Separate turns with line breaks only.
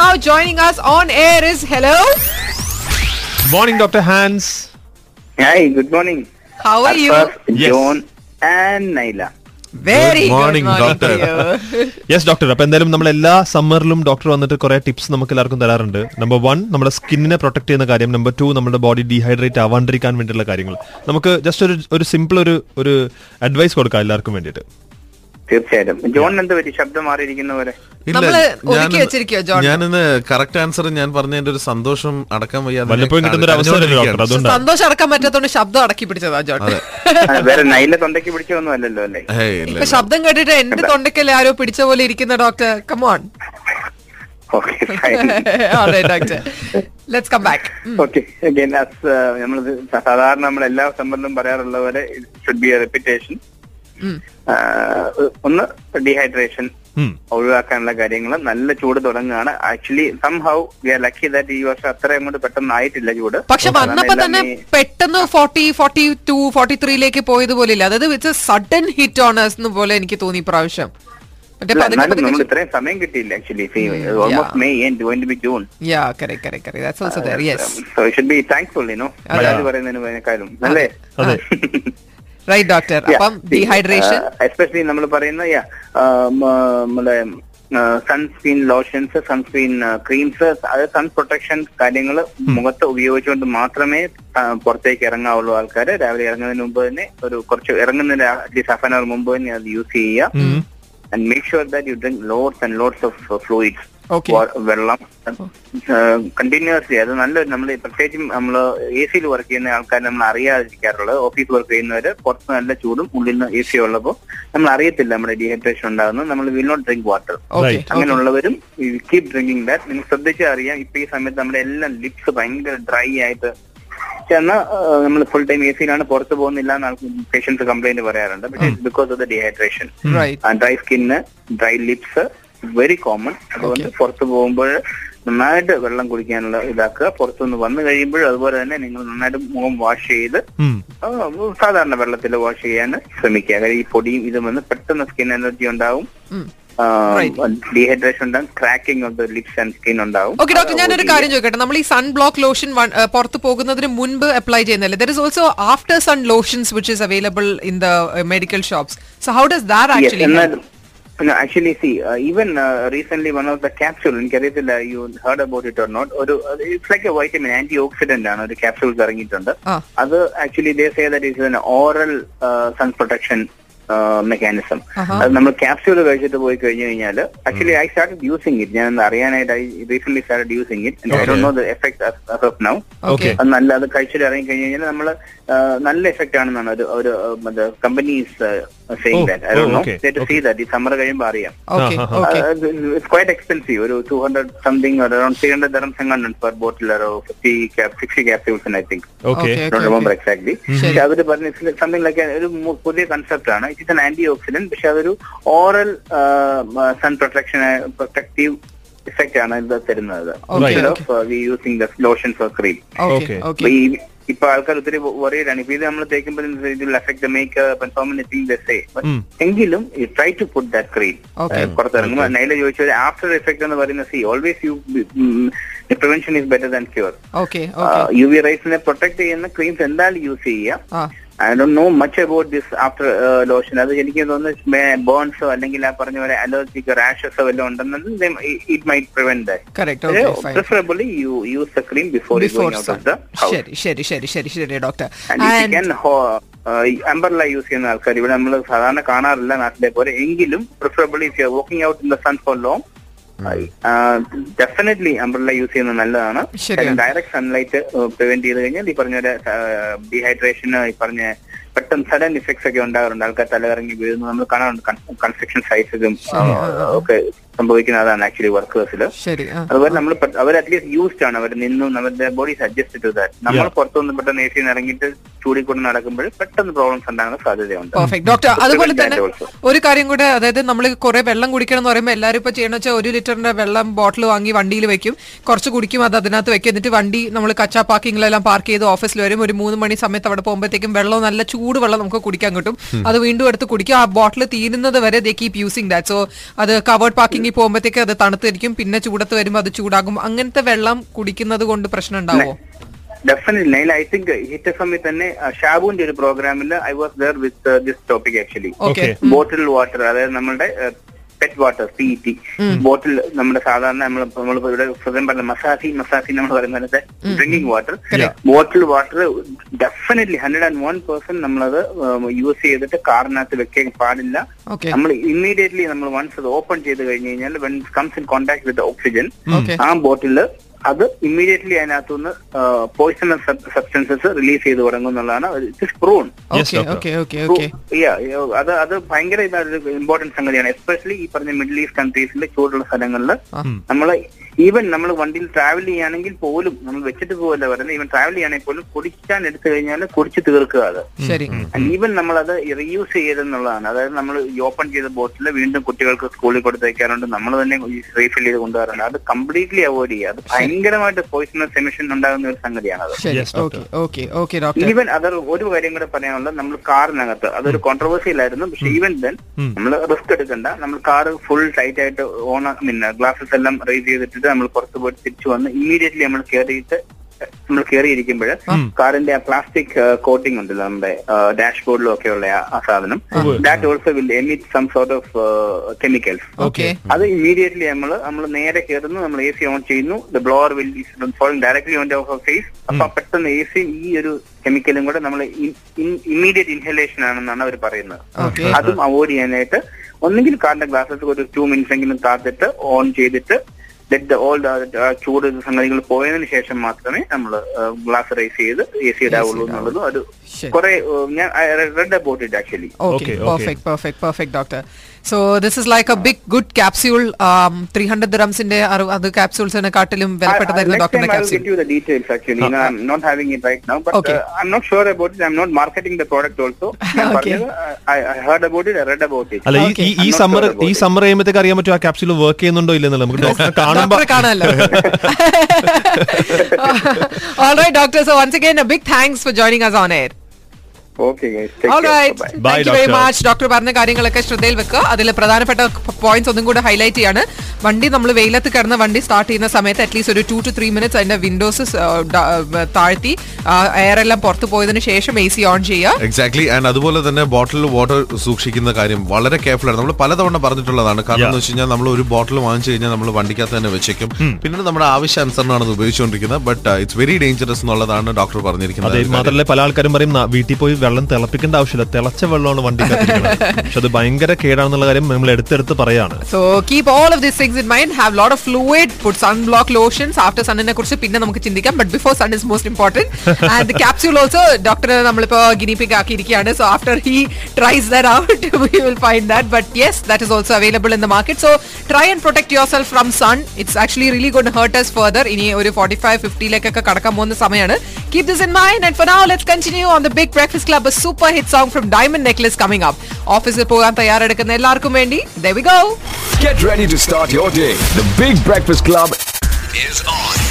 now joining us on air is hello.
Morning, Dr. Hans.
Hi, good morning.
How are you?
Arfaf,
Yes.
John and Naila.
Very
morning, doctor.
to you.
Yes doctor അപ്പൊ എന്തായാലും നമ്മൾ എല്ലാ സമ്മറിലും doctor വന്നിട്ട് കുറെ tips നമുക്ക് എല്ലാവർക്കും തരാറുണ്ട് number one നമ്മുടെ സ്കിന്നിനെ പ്രൊട്ടക്ട് ചെയ്യുന്ന കാര്യം നമ്പർ ടു നമ്മുടെ ബോഡി ഡീഹൈഡ്രേറ്റ് ആവാണ്ടിരിക്കാൻ വേണ്ടിയുള്ള കാര്യങ്ങൾ നമുക്ക് ജസ്റ്റ് ഒരു ഒരു സിമ്പിൾ ഒരു ഒരു അഡ്വൈസ് കൊടുക്കാം എല്ലാവർക്കും വേണ്ടിയിട്ട്
തീർച്ചയായും ജോൺ എന്ത് പറ്റി ശബ്ദം മാറിയിരിക്കുന്ന പോലെ
നമ്മള് ഒതുക്കി വെച്ചിരിക്കുവോ, ജോൺ?
ഞാനിന്ന് കറക്റ്റ് ആൻസർ ഞാൻ പറഞ്ഞതിന്റെ ഒരു സന്തോഷം അടക്കാൻ വയ്യാതെ
വല്ലപ്പോഴും
ഞാൻ
കിട്ടുന്ന ഒരു അവസരമല്ലേ
കരഞ്ഞുകൊണ്ടിരിക്കുകയാണ്.
ഡോക്ടർ അതുകൊണ്ടാണ്
സന്തോഷം അടക്കാൻ പറ്റാത്തോണ്ട് ശബ്ദം അടക്കി പിടിച്ചതാ ജോട്ട്
ആ, വേറെ നൈല തൊണ്ടയ്ക്ക് പിടിച്ചൊന്നും അല്ലല്ലോ അല്ലേ
ഹേയ്, ഇല്ല,
ഇപ്പൊ
ഇല്ല.
ശബ്ദം കേട്ടിട്ട് എന്റെ തൊണ്ടയ്ക്കല്ലേ ആരോ പിടിച്ച പോലെ ഇരിക്കുന്ന doctor come on
okay fine
doctor let's come back
okay നമ്മൾ സാധാരണ നമ്മൾ എല്ലാ സംബന്ധം പറയാറുള്ള പോലെ ഷുഡ് ബി റെപ്പിറ്റേഷൻ ഒന്ന് ഡീഹൈഡ്രേഷൻ
ഉം.
ഒഴിവാക്കാനുള്ള കാര്യങ്ങൾ നല്ല ചൂട് തുടങ്ങുകയാണ് actually somehow we are lucky that ഈ വർഷം അത്ര അങ്ങോട്ട് പെട്ടെന്ന് ആയിട്ടില്ല ചൂട്
പക്ഷെ
കാരണം
വന്നപ്പോ തന്നെ
എല്ലാം ഈ-
പെട്ടെന്ന് ഫോർട്ടി ഫോർട്ടി ടു ഫോർട്ടി ത്രീയിലേക്ക് പോയതുപോലെ ഇല്ല അതായത് it's a sudden hit on us എന്ന് പോലെ എനിക്ക് തോന്നി ഇപ്രാവശ്യം മറ്റേ
അല്ല,
പതിനെട്ട്
എന്നാലും നമ്മൾ
പതിനഞ്ച്
ഇത്രയും സമയം കിട്ടിയില്ല uh, actually almost May end going to be June
യാ കരെ കരെ കരെ that's also there yes
so should be thankful you know
അതെ.
മലയാളി പറയുന്നതിനേക്കാളും അല്ലേ
അതെ
റൈറ്റ് ഡോക്ടർ അപ്പം ഡീഹൈഡ്രേഷൻ
എസ്പെഷ്യലി നമ്മൾ പറയുന്ന yeah, um, uh, ആ, മ, നമ്മളെ uh, sunscreen lotions sunscreen creams uh, അത് സൺ പ്രൊട്ടക്ഷൻ കാര്യങ്ങൾ മുഖത്ത് ഉപയോഗിച്ചുകൊണ്ട് മാത്രമേ ആ, പുറത്തേക്ക് ഇറങ്ങാവുള്ളൂ ആൾക്കാർ രാവിലെ ഇറങ്ങുന്നതിന് മുമ്പ് തന്നെ ഒരു കുറച്ച് ഇറങ്ങുന്നതിന് അറ്റ്ലീസ്റ്റ് ഹാഫ് ആൻ അവർ മുമ്പ് തന്നെ അത് യൂസ് ചെയ്യുക
ഉം.
And make sure that you drink loads and loads of fluids
Okay.
വെള്ളം കണ്ടിന്യൂസ്ലി അത് നല്ലൊരു നമ്മൾ പ്രത്യേകിച്ചും നമ്മൾ എ സിയിൽ വർക്ക് ചെയ്യുന്ന ആൾക്കാർ നമ്മൾ അറിയാതിരിക്കാറുള്ളത് ഓഫീസ് വർക്ക് ചെയ്യുന്നവര് പുറത്ത് നല്ല ചൂടും ഉള്ളിൽ നിന്ന് എ സി ഉള്ളപ്പോൾ നമ്മൾ അറിയത്തില്ല നമ്മുടെ ഡീഹൈഡ്രേഷൻ ഉണ്ടാകുന്നത് നമ്മൾ will not drink water
okay
Right.
അങ്ങനെയുള്ളവരും കീപ് ഡ്രിങ്കിങ് ദാറ്റ് നിങ്ങൾ ശ്രദ്ധിച്ചാൽ അറിയാം ഇപ്പൊ ഈ സമയത്ത് നമ്മുടെ എല്ലാം ലിപ്സ് ഭയങ്കര ഡ്രൈ ആയിട്ട് എന്നാൽ നമ്മൾ ഫുൾ ടൈം എ സിയിലാണ് പുറത്ത് പോകുന്നില്ല എന്ന് ആൾക്ക് പേഷ്യൻസ് കംപ്ലൈന്റ് പറയാറുണ്ട് പക്ഷേ because of the dehydration
right
dry skin dry lips very common അതുകൊണ്ട് പുറത്ത് പോകുമ്പോൾ നന്നായിട്ട് വെള്ളം കുടിക്കാനുള്ള ഇതാക്കുക പുറത്തുനിന്ന് വന്നു കഴിയുമ്പോൾ അതുപോലെ തന്നെ നിങ്ങൾ നന്നായിട്ട് മുഖം വാഷ് ചെയ്ത്
ഉം.
ആ, സാധാരണ വെള്ളത്തിൽ വാഷ് ചെയ്യാൻ ശ്രമിക്കുക കാര്യം ഈ പൊടിയും ഇതും വന്ന് പെട്ടെന്ന് സ്കിൻ എനർജി ഉണ്ടാവും
Right.
ഡീഹൈഡ്രേഷൻ ഉണ്ടാകും cracking of the lips and skin ഉണ്ടാവും
ഓക്കെ ഡോക്ടർ ഞാനൊരു കാര്യം ചോദിക്കട്ടെ നമ്മൾ ഈ സൺ ബ്ലോക്ക് ലോഷൻ പുറത്ത് പോകുന്നതിന് മുൻപ് അപ്ലൈ ചെയ്യുന്നില്ല there is also after sun lotions which is available in the medical shops so how does that actually
actually see even recent one of the capsule എനിക്കറിയത്തില്ല you heard about it or not ഒരു uh, it's like A vitamin antioxidant ആണ് ഒരു capsule ഇറങ്ങിയിട്ടുണ്ട്
ആ.
അത് actually they say that is an oral sun protection mechanism
ആഹാ.
uh, അത് നമ്മൾ ക്യാപ്സ്യൂൾ കഴിച്ചിട്ട് പോയി കഴിഞ്ഞു കഴിഞ്ഞാൽ actually I start using it ഞാൻ അറിയാനായിട്ട് I recent start using it I Dr know the effect as of now
okay
അത് നല്ല അത് കഴിച്ചിട്ട് ഇറങ്ങി കഴിഞ്ഞു കഴിഞ്ഞാൽ നമ്മൾ നല്ല എഫക്റ്റ് ആണെന്നാണ് ഒരു ഒരു companies
Oh,
saying
oh, okay,
that see that ഈ സമ്മർ കഴിയുമ്പോൾ അറിയാം
ഓക്കെ
ആഹാ.
ഓക്കെ
ഇറ്റ്സ് ക്വൈറ്റ് എക്സ്പെൻസീവ് ഒരു two hundred something around three hundred dirhams എങ്ങാണ്ട് per bottle fifty sixty capsules I think
okay
Okay. Mm-hmm.
Don't remember exactly പക്ഷെ അവർ പറഞ്ഞ something like ഒരു മു- പുതിയ കൺസെപ്റ്റ് ആണ് ഇറ്റ് ഇസ് ആന്റി ഓക്സിഡന്റ് പക്ഷെ അതൊരു oral sun protection protective effect ആണ് ഇത് തരുന്നത്
Okay,
using the lotions or cream
okay
Okay.
Okay
ഈ- ഇപ്പൊ ആൾക്കാർ ഒത്തിരി വറിയിലാണ് ഇപ്പൊ ഇത് നമ്മൾ തേക്കുമ്പോൾ effect makeup and so many thing they
ഉം.
എങ്കിലും try to put that cream
Okay.
പുറത്തിറങ്ങുമ്പോൾ നൈല ചോദിച്ചത് ആഫ്റ്റർ എഫക്ട് എന്ന് പറയുന്ന C always you mm, prevention is better than cure
okay okay
you we റൈസിനെ പ്രൊട്ടക്ട് ചെയ്യുന്ന ക്രീംസ് എന്തായാലും യൂസ് ചെയ്യുക
ആ
I Dr know much about this after lotion അത് എനിക്ക് തോന്നുന്നു ബേൺസോ അല്ലെങ്കിൽ ആ പറഞ്ഞ പോലെ അലർജിക്കോ റാഷസോ വല്ലതും ഉണ്ടെന്നത് it may prevent that
correct okay fine
preferably you use the cream before
before
out
sun
of the house
ശരി ശരി ശരി ശരി ശരി ഡോക്ടർ ആൻഡ്
അംബർല യൂസ് ചെയ്യുന്ന ആൾക്കാർ ഇവിടെ നമ്മൾ സാധാരണ കാണാറില്ല നാട്ടിലെ പോലെ എങ്കിലും preferably if you walking out in the sun for long definitely umbrella use ചെയ്യുന്നത് നല്ലതാണ്
ശരിയാണ്.
ഡയറക്റ്റ് സൺലൈറ്റ് പ്രിവെന്റ് ചെയ്ത് കഴിഞ്ഞാൽ ഈ പറഞ്ഞ ഡീഹൈഡ്രേഷന് ഈ പറഞ്ഞ പെട്ടെന്ന് സഡൻ ഇഫക്ട്സ് ഒക്കെ ഉണ്ടാകാറുണ്ട് ആൾക്കാർ തലകറങ്ങി വീഴുന്നു നമ്മൾ കാണാറുണ്ട് കൺസ്ട്രക്ഷൻ സൈസും ഒക്കെ സംഭവിക്കുന്നതാണ് ആക്ച്വലി വർക്കേഴ്സിൽ
ശരി ആ
അതുപോലെ നമ്മൾ പെ- അവർ അറ്റ്ലീസ്റ്റ് യൂസ്ഡ് ആണ് അവർ നിന്നും അവരുടെ ബോഡി സജസ്റ്റ് ടു ദാറ്റ് നമ്മൾ പുറത്തുനിന്ന് പെട്ടെന്ന് എ സിന്ന് ഇറങ്ങിയിട്ട് ചൂടിൽ കൊണ്ട് നടക്കുമ്പോൾ പെട്ടെന്ന് പ്രോബ്ലംസ് ഉണ്ടാകാൻ സാധ്യതയുണ്ട്
പെർഫെക്റ്റ് ഡോക്ടർ അതുപോലെ
Prevent
തന്നെ
that also.
ഒരു കാര്യം കൂടെ അതായത് നമ്മൾ കുറെ വെള്ളം കുടിക്കണം എന്ന് പറയുമ്പോൾ എല്ലാവരും ഇപ്പൊ ചെയ്യണമെന്ന് വെച്ചാൽ ഒരു ലിറ്ററിന്റെ വെള്ളം ബോട്ടിൽ വാങ്ങി വണ്ടിയിൽ വെക്കും കുറച്ച് കുടിക്കും അത് അതിനകത്ത് വെക്കും എന്നിട്ട് വണ്ടി നമ്മൾ കച്ചാ പാർക്കിങ്ങിലെല്ലാം പാർക്ക് ചെയ്ത് ഓഫീസിൽ വരും ഒരു മൂന്ന് മണി സമയത്ത് അവിടെ പോകുമ്പോഴത്തേക്കും വെള്ളം നല്ല ചൂട് വെള്ളം നമുക്ക് കുടിക്കാൻ കിട്ടും അത് വീണ്ടും എടുത്ത് കുടിക്കും ആ ബോട്ടിൽ തീരുന്നത് വരെ they keep using that so അത് കവേർഡ് പാർക്കിംഗ് ഉണങ്ങി പോകുമ്പോഴത്തേക്ക് അത് തണുത്തിരിക്കും പിന്നെ ചൂടത്ത് വരുമ്പോൾ അത് ചൂടാകും അങ്ങനത്തെ വെള്ളം കുടിക്കുന്നത് കൊണ്ട് പ്രശ്നം ഉണ്ടാവോ
definitely I think hit F എമ്മിൽ തന്നെ ആ, ഷാബുവിന്റെ ഒരു പ്രോഗ്രാമിൽ I was there with this topic actually
okay
bottle water അതായത് നമ്മുടെ PET water P T bottle E നമ്മുടെ സാധാരണ നമ്മൾ നമ്മൾ ഇവിടെ സ്വയം പറഞ്ഞ മസാസി മസാസി നമ്മൾ പറയുന്ന പോലത്തെ drinking water bottle water definitely hundred and one percent നമ്മളത് യൂസ് ചെയ്തിട്ട് കാറിനകത്ത് വെക്കാൻ പാടില്ല
ഓക്കെ
നമ്മൾ ഇമ്മീഡിയറ്റ്ലി നമ്മൾ വൺസ് അത് ഓപ്പൺ ചെയ്ത് കഴിഞ്ഞ് കഴിഞ്ഞാൽ when comes in contact with oxygen
okay
ആ ബോട്ടിൽ അത് ഇമ്മീഡിയറ്റ്ലി അതിനകത്തുനിന്ന് പോയിസണസ് സബ്സ്റ്റൻസസ് റിലീസ് ചെയ്ത് തുടങ്ങും എന്നുള്ളതാണ് it is proven
Yes,
okay
doctor.
Okay okay okay
Yeah, yeah, അത് അത് ഭയങ്കര ഇമ്പോർട്ടൻറ്റ് സംഗതിയാണ് എസ്പെഷ്യലി ഈ പറഞ്ഞ മിഡിൽ ഈസ്റ്റ് കൺട്രീസിലെ ചൂടുള്ള സ്ഥലങ്ങളിൽ നമ്മൾ ഈവൻ നമ്മൾ വണ്ടിയിൽ ട്രാവൽ ചെയ്യുകയാണെങ്കിൽ പോലും നമ്മൾ വെച്ചിട്ട് പോകല്ല പറയുന്നത് ഈവൻ ട്രാവൽ ചെയ്യുകയാണെങ്കിൽ പോലും കുടിക്കാൻ എടുത്തു കഴിഞ്ഞാൽ കുടിച്ച് തീർക്കുക അത്
ശരി
ഈവൻ നമ്മളത് റീയൂസ് ചെയ്തെന്നുള്ളതാണ് അതായത് നമ്മൾ ഈ ഓപ്പൺ ചെയ്ത ബോട്ടിൽ വീണ്ടും കുട്ടികൾക്ക് സ്കൂളിൽ കൊടുത്തേക്കാറുണ്ട് നമ്മൾ തന്നെ റീഫിൽ ചെയ്ത് കൊണ്ടുവരാറുണ്ട് അത് കംപ്ലീറ്റ്ലി അവോയ്ഡ് ചെയ്യുക അത് ഭയങ്കരമായിട്ട് പോയിസണസ് എമിഷൻ ഉണ്ടാകുന്ന ഒരു സംഗതിയാണത്
ശരി
Yes, doctor.
Okay okay okay doctor
even അത് ഒരു കാര്യം കൂടെ പറയാനുള്ളത് നമ്മൾ കാറിനകത്ത് അതൊരു കോൺട്രവേഴ്സിയിലായിരുന്നു പക്ഷെ ഈവൻ ദെൻ നമ്മൾ റിസ്ക് എടുക്കണ്ട നമ്മൾ കാർ ഫുൾ ടൈറ്റ് ആയിട്ട് ഓൺ പിന്നെ ഗ്ലാസസ് എല്ലാം റേസ് ചെയ്തിട്ട് നമ്മൾ പുറത്ത് പോയിട്ട് തിരിച്ചു വന്ന് ഇമ്മീഡിയറ്റ്ലി നമ്മൾ കയറിയിട്ട് നമ്മൾ കയറിയിരിക്കുമ്പോൾ കാറിന്റെ ആ പ്ലാസ്റ്റിക് കോട്ടിംഗ് ഉണ്ടല്ലോ നമ്മുടെ ഡാഷ് ബോർഡിലും ഒക്കെ ഉള്ള ആ- ആ സാധനം that also will emit some sort of chemicals
okay
അത് ഇമ്മീഡിയറ്റ്ലി നമ്മൾ നമ്മൾ നേരെ കയറുന്നു നമ്മൾ എ സി ഓൺ ചെയ്യുന്നു the blower will falling directly on our face അപ്പൊ പെട്ടെന്ന് എ സി ഈ ഒരു കെമിക്കലും കൂടെ നമ്മൾ ഇമ്മീഡിയറ്റ് ഇൻഹലേഷൻ ആണെന്നാണ് അവർ പറയുന്നത്
Okay.
അതും അവോയ്ഡ് ചെയ്യാനായിട്ട് ഒന്നെങ്കിൽ കാറിന്റെ ഗ്ലാസസ് ഒരു ടു മിനിറ്റ്സ് എങ്കിലും കാത്തിട്ട് ഓൺ ചെയ്തിട്ട് ലെറ്റ് ഓൾ ചൂട് സംഗതികൾ പോയതിനു ശേഷം മാത്രമേ നമ്മൾ ഗ്ലാസ് റൈസ് ചെയ്ത് എ സി ഇടാവുള്ളൂ എന്നുള്ളത് ഒരു
ശരി.
കുറെ ഏഹ്, ഞാൻ read about it actually
Okay,
Okay, okay.
perfect, perfect, perfect, doctor. So this is like a big good capsule. Um, 300 dirhamsinte aru adu capsules ene kattilum velapetta
Next
doctor
time I will
capsule.
get you the details actually. You know, I'm not having it right now, but
Okay.
uh, I'm not sure about it. I'm not marketing the product also. ഞാൻ
Okay.
പറഞ്ഞത്, I, I heard about it. I read about it.
അല്ല ഈ-
Okay.
ഈ ഈ
I'm not
summer
sure about
ഈ
it.
Summer ചെയ്യുമ്പോഴത്തേക്ക് അറിയാൻ പറ്റും ആ ക്യാപ്സ്യൂൾ വർക്ക് ചെയ്യുന്നുണ്ടോ ഇല്ലെന്നല്ല നമുക്ക് ഡോക്ടറെ കാണുമ്പോ
Doctor കാണാലോ. All right, doctor. So once again, a big thanks for joining us on air.
Okay, guys. Take
All
care.
right.
Bye-bye.
Bye,
Thank you very
doctor.
much. Doctor പറഞ്ഞ കാര്യങ്ങളൊക്കെ ശ്രദ്ധയിൽ വെക്കുക അതിൽ പ്രധാനപ്പെട്ട പോയിന്റ്സ് ഒന്നും കൂടെ ഹൈലൈറ്റ് ചെയ്യാണ് വണ്ടി നമ്മൾ വെയിലത്ത് കിടന്ന വണ്ടി സ്റ്റാർട്ട് ചെയ്യുന്ന സമയത്ത് അറ്റ്ലീസ്റ്റ് ഒരു ടു ടു ത്രീ മിനിറ്റ്സ് അതിന്റെ വിൻഡോസ് uh, താഴ്ത്തി എയർ എല്ലാം പുറത്തു പോയതിനു ശേഷം എ സി ഓൺ ചെയ്യുക
എക്സാക്ട്ലി ആൻഡ് അതുപോലെ തന്നെ ബോട്ടിൽ വാട്ടർ സൂക്ഷിക്കുന്ന കാര്യം വളരെ കെയർഫുള്ളാണ് നമ്മൾ പലതവണ പറഞ്ഞിട്ടുള്ളതാണ് കാരണം എന്ന് വെച്ച് കഴിഞ്ഞാൽ നമ്മൾ ഒരു ബോട്ടിൽ വാങ്ങിച്ചു കഴിഞ്ഞാൽ നമ്മൾ വണ്ടിക്കകത്ത് തന്നെ വെച്ചേക്കും പിന്നീട് നമ്മുടെ ആവശ്യാനുസരണമാണ് അത് ഉപയോഗിച്ചുകൊണ്ടിരിക്കുന്നത് uh, but it's very dangerous എന്നുള്ളതാണ് ഡോക്ടർ പറഞ്ഞിരിക്കുന്നത്
അതെ
ഒരു കാര്യം.
മാത്രമല്ല പല ആൾക്കാരും പറയും "നാ, വീട്ടിൽ പോയി വെള്ളം തിളപ്പിക്കേണ്ട ആവശ്യമില്ല തിളച്ച വെള്ളമാണ് വണ്ടി പക്ഷെ അത് ഭയങ്കര കേടാണെന്നുള്ള കാര്യം നമ്മൾ എടുത്തെടുത്ത് പറയാണ്
So keep all of these things in mind. Have a lot of fluid. Put sunblock lotions after sun in കുറിച്ച് പിന്നെ നമുക്ക് ചിന്തിക്കാം but before sun is most important and capsule also ഡോക്ടറെ നമ്മളിപ്പോ ഗിനിപ്പിക് ആക്കിയിരിക്കുകയാണ് so after he tries that out we will find that but yes that is also available in the market so try and protect your self from sun it's actually really good hurts further ഇനി ഒരു forty five ഫിഫ്റ്റിയിലേക്കൊക്കെ കടക്കാൻ പോകുന്ന സമയമാണ് keep this in mind and for now let's continue on the big breakfast club super hit song from Diamond Necklace coming up ഓഫീസിൽ പോകാൻ തയ്യാറെടുക്കുന്ന എല്ലാവർക്കും വേണ്ടി the we go
Get ready to start your day. The Big Breakfast Club is on.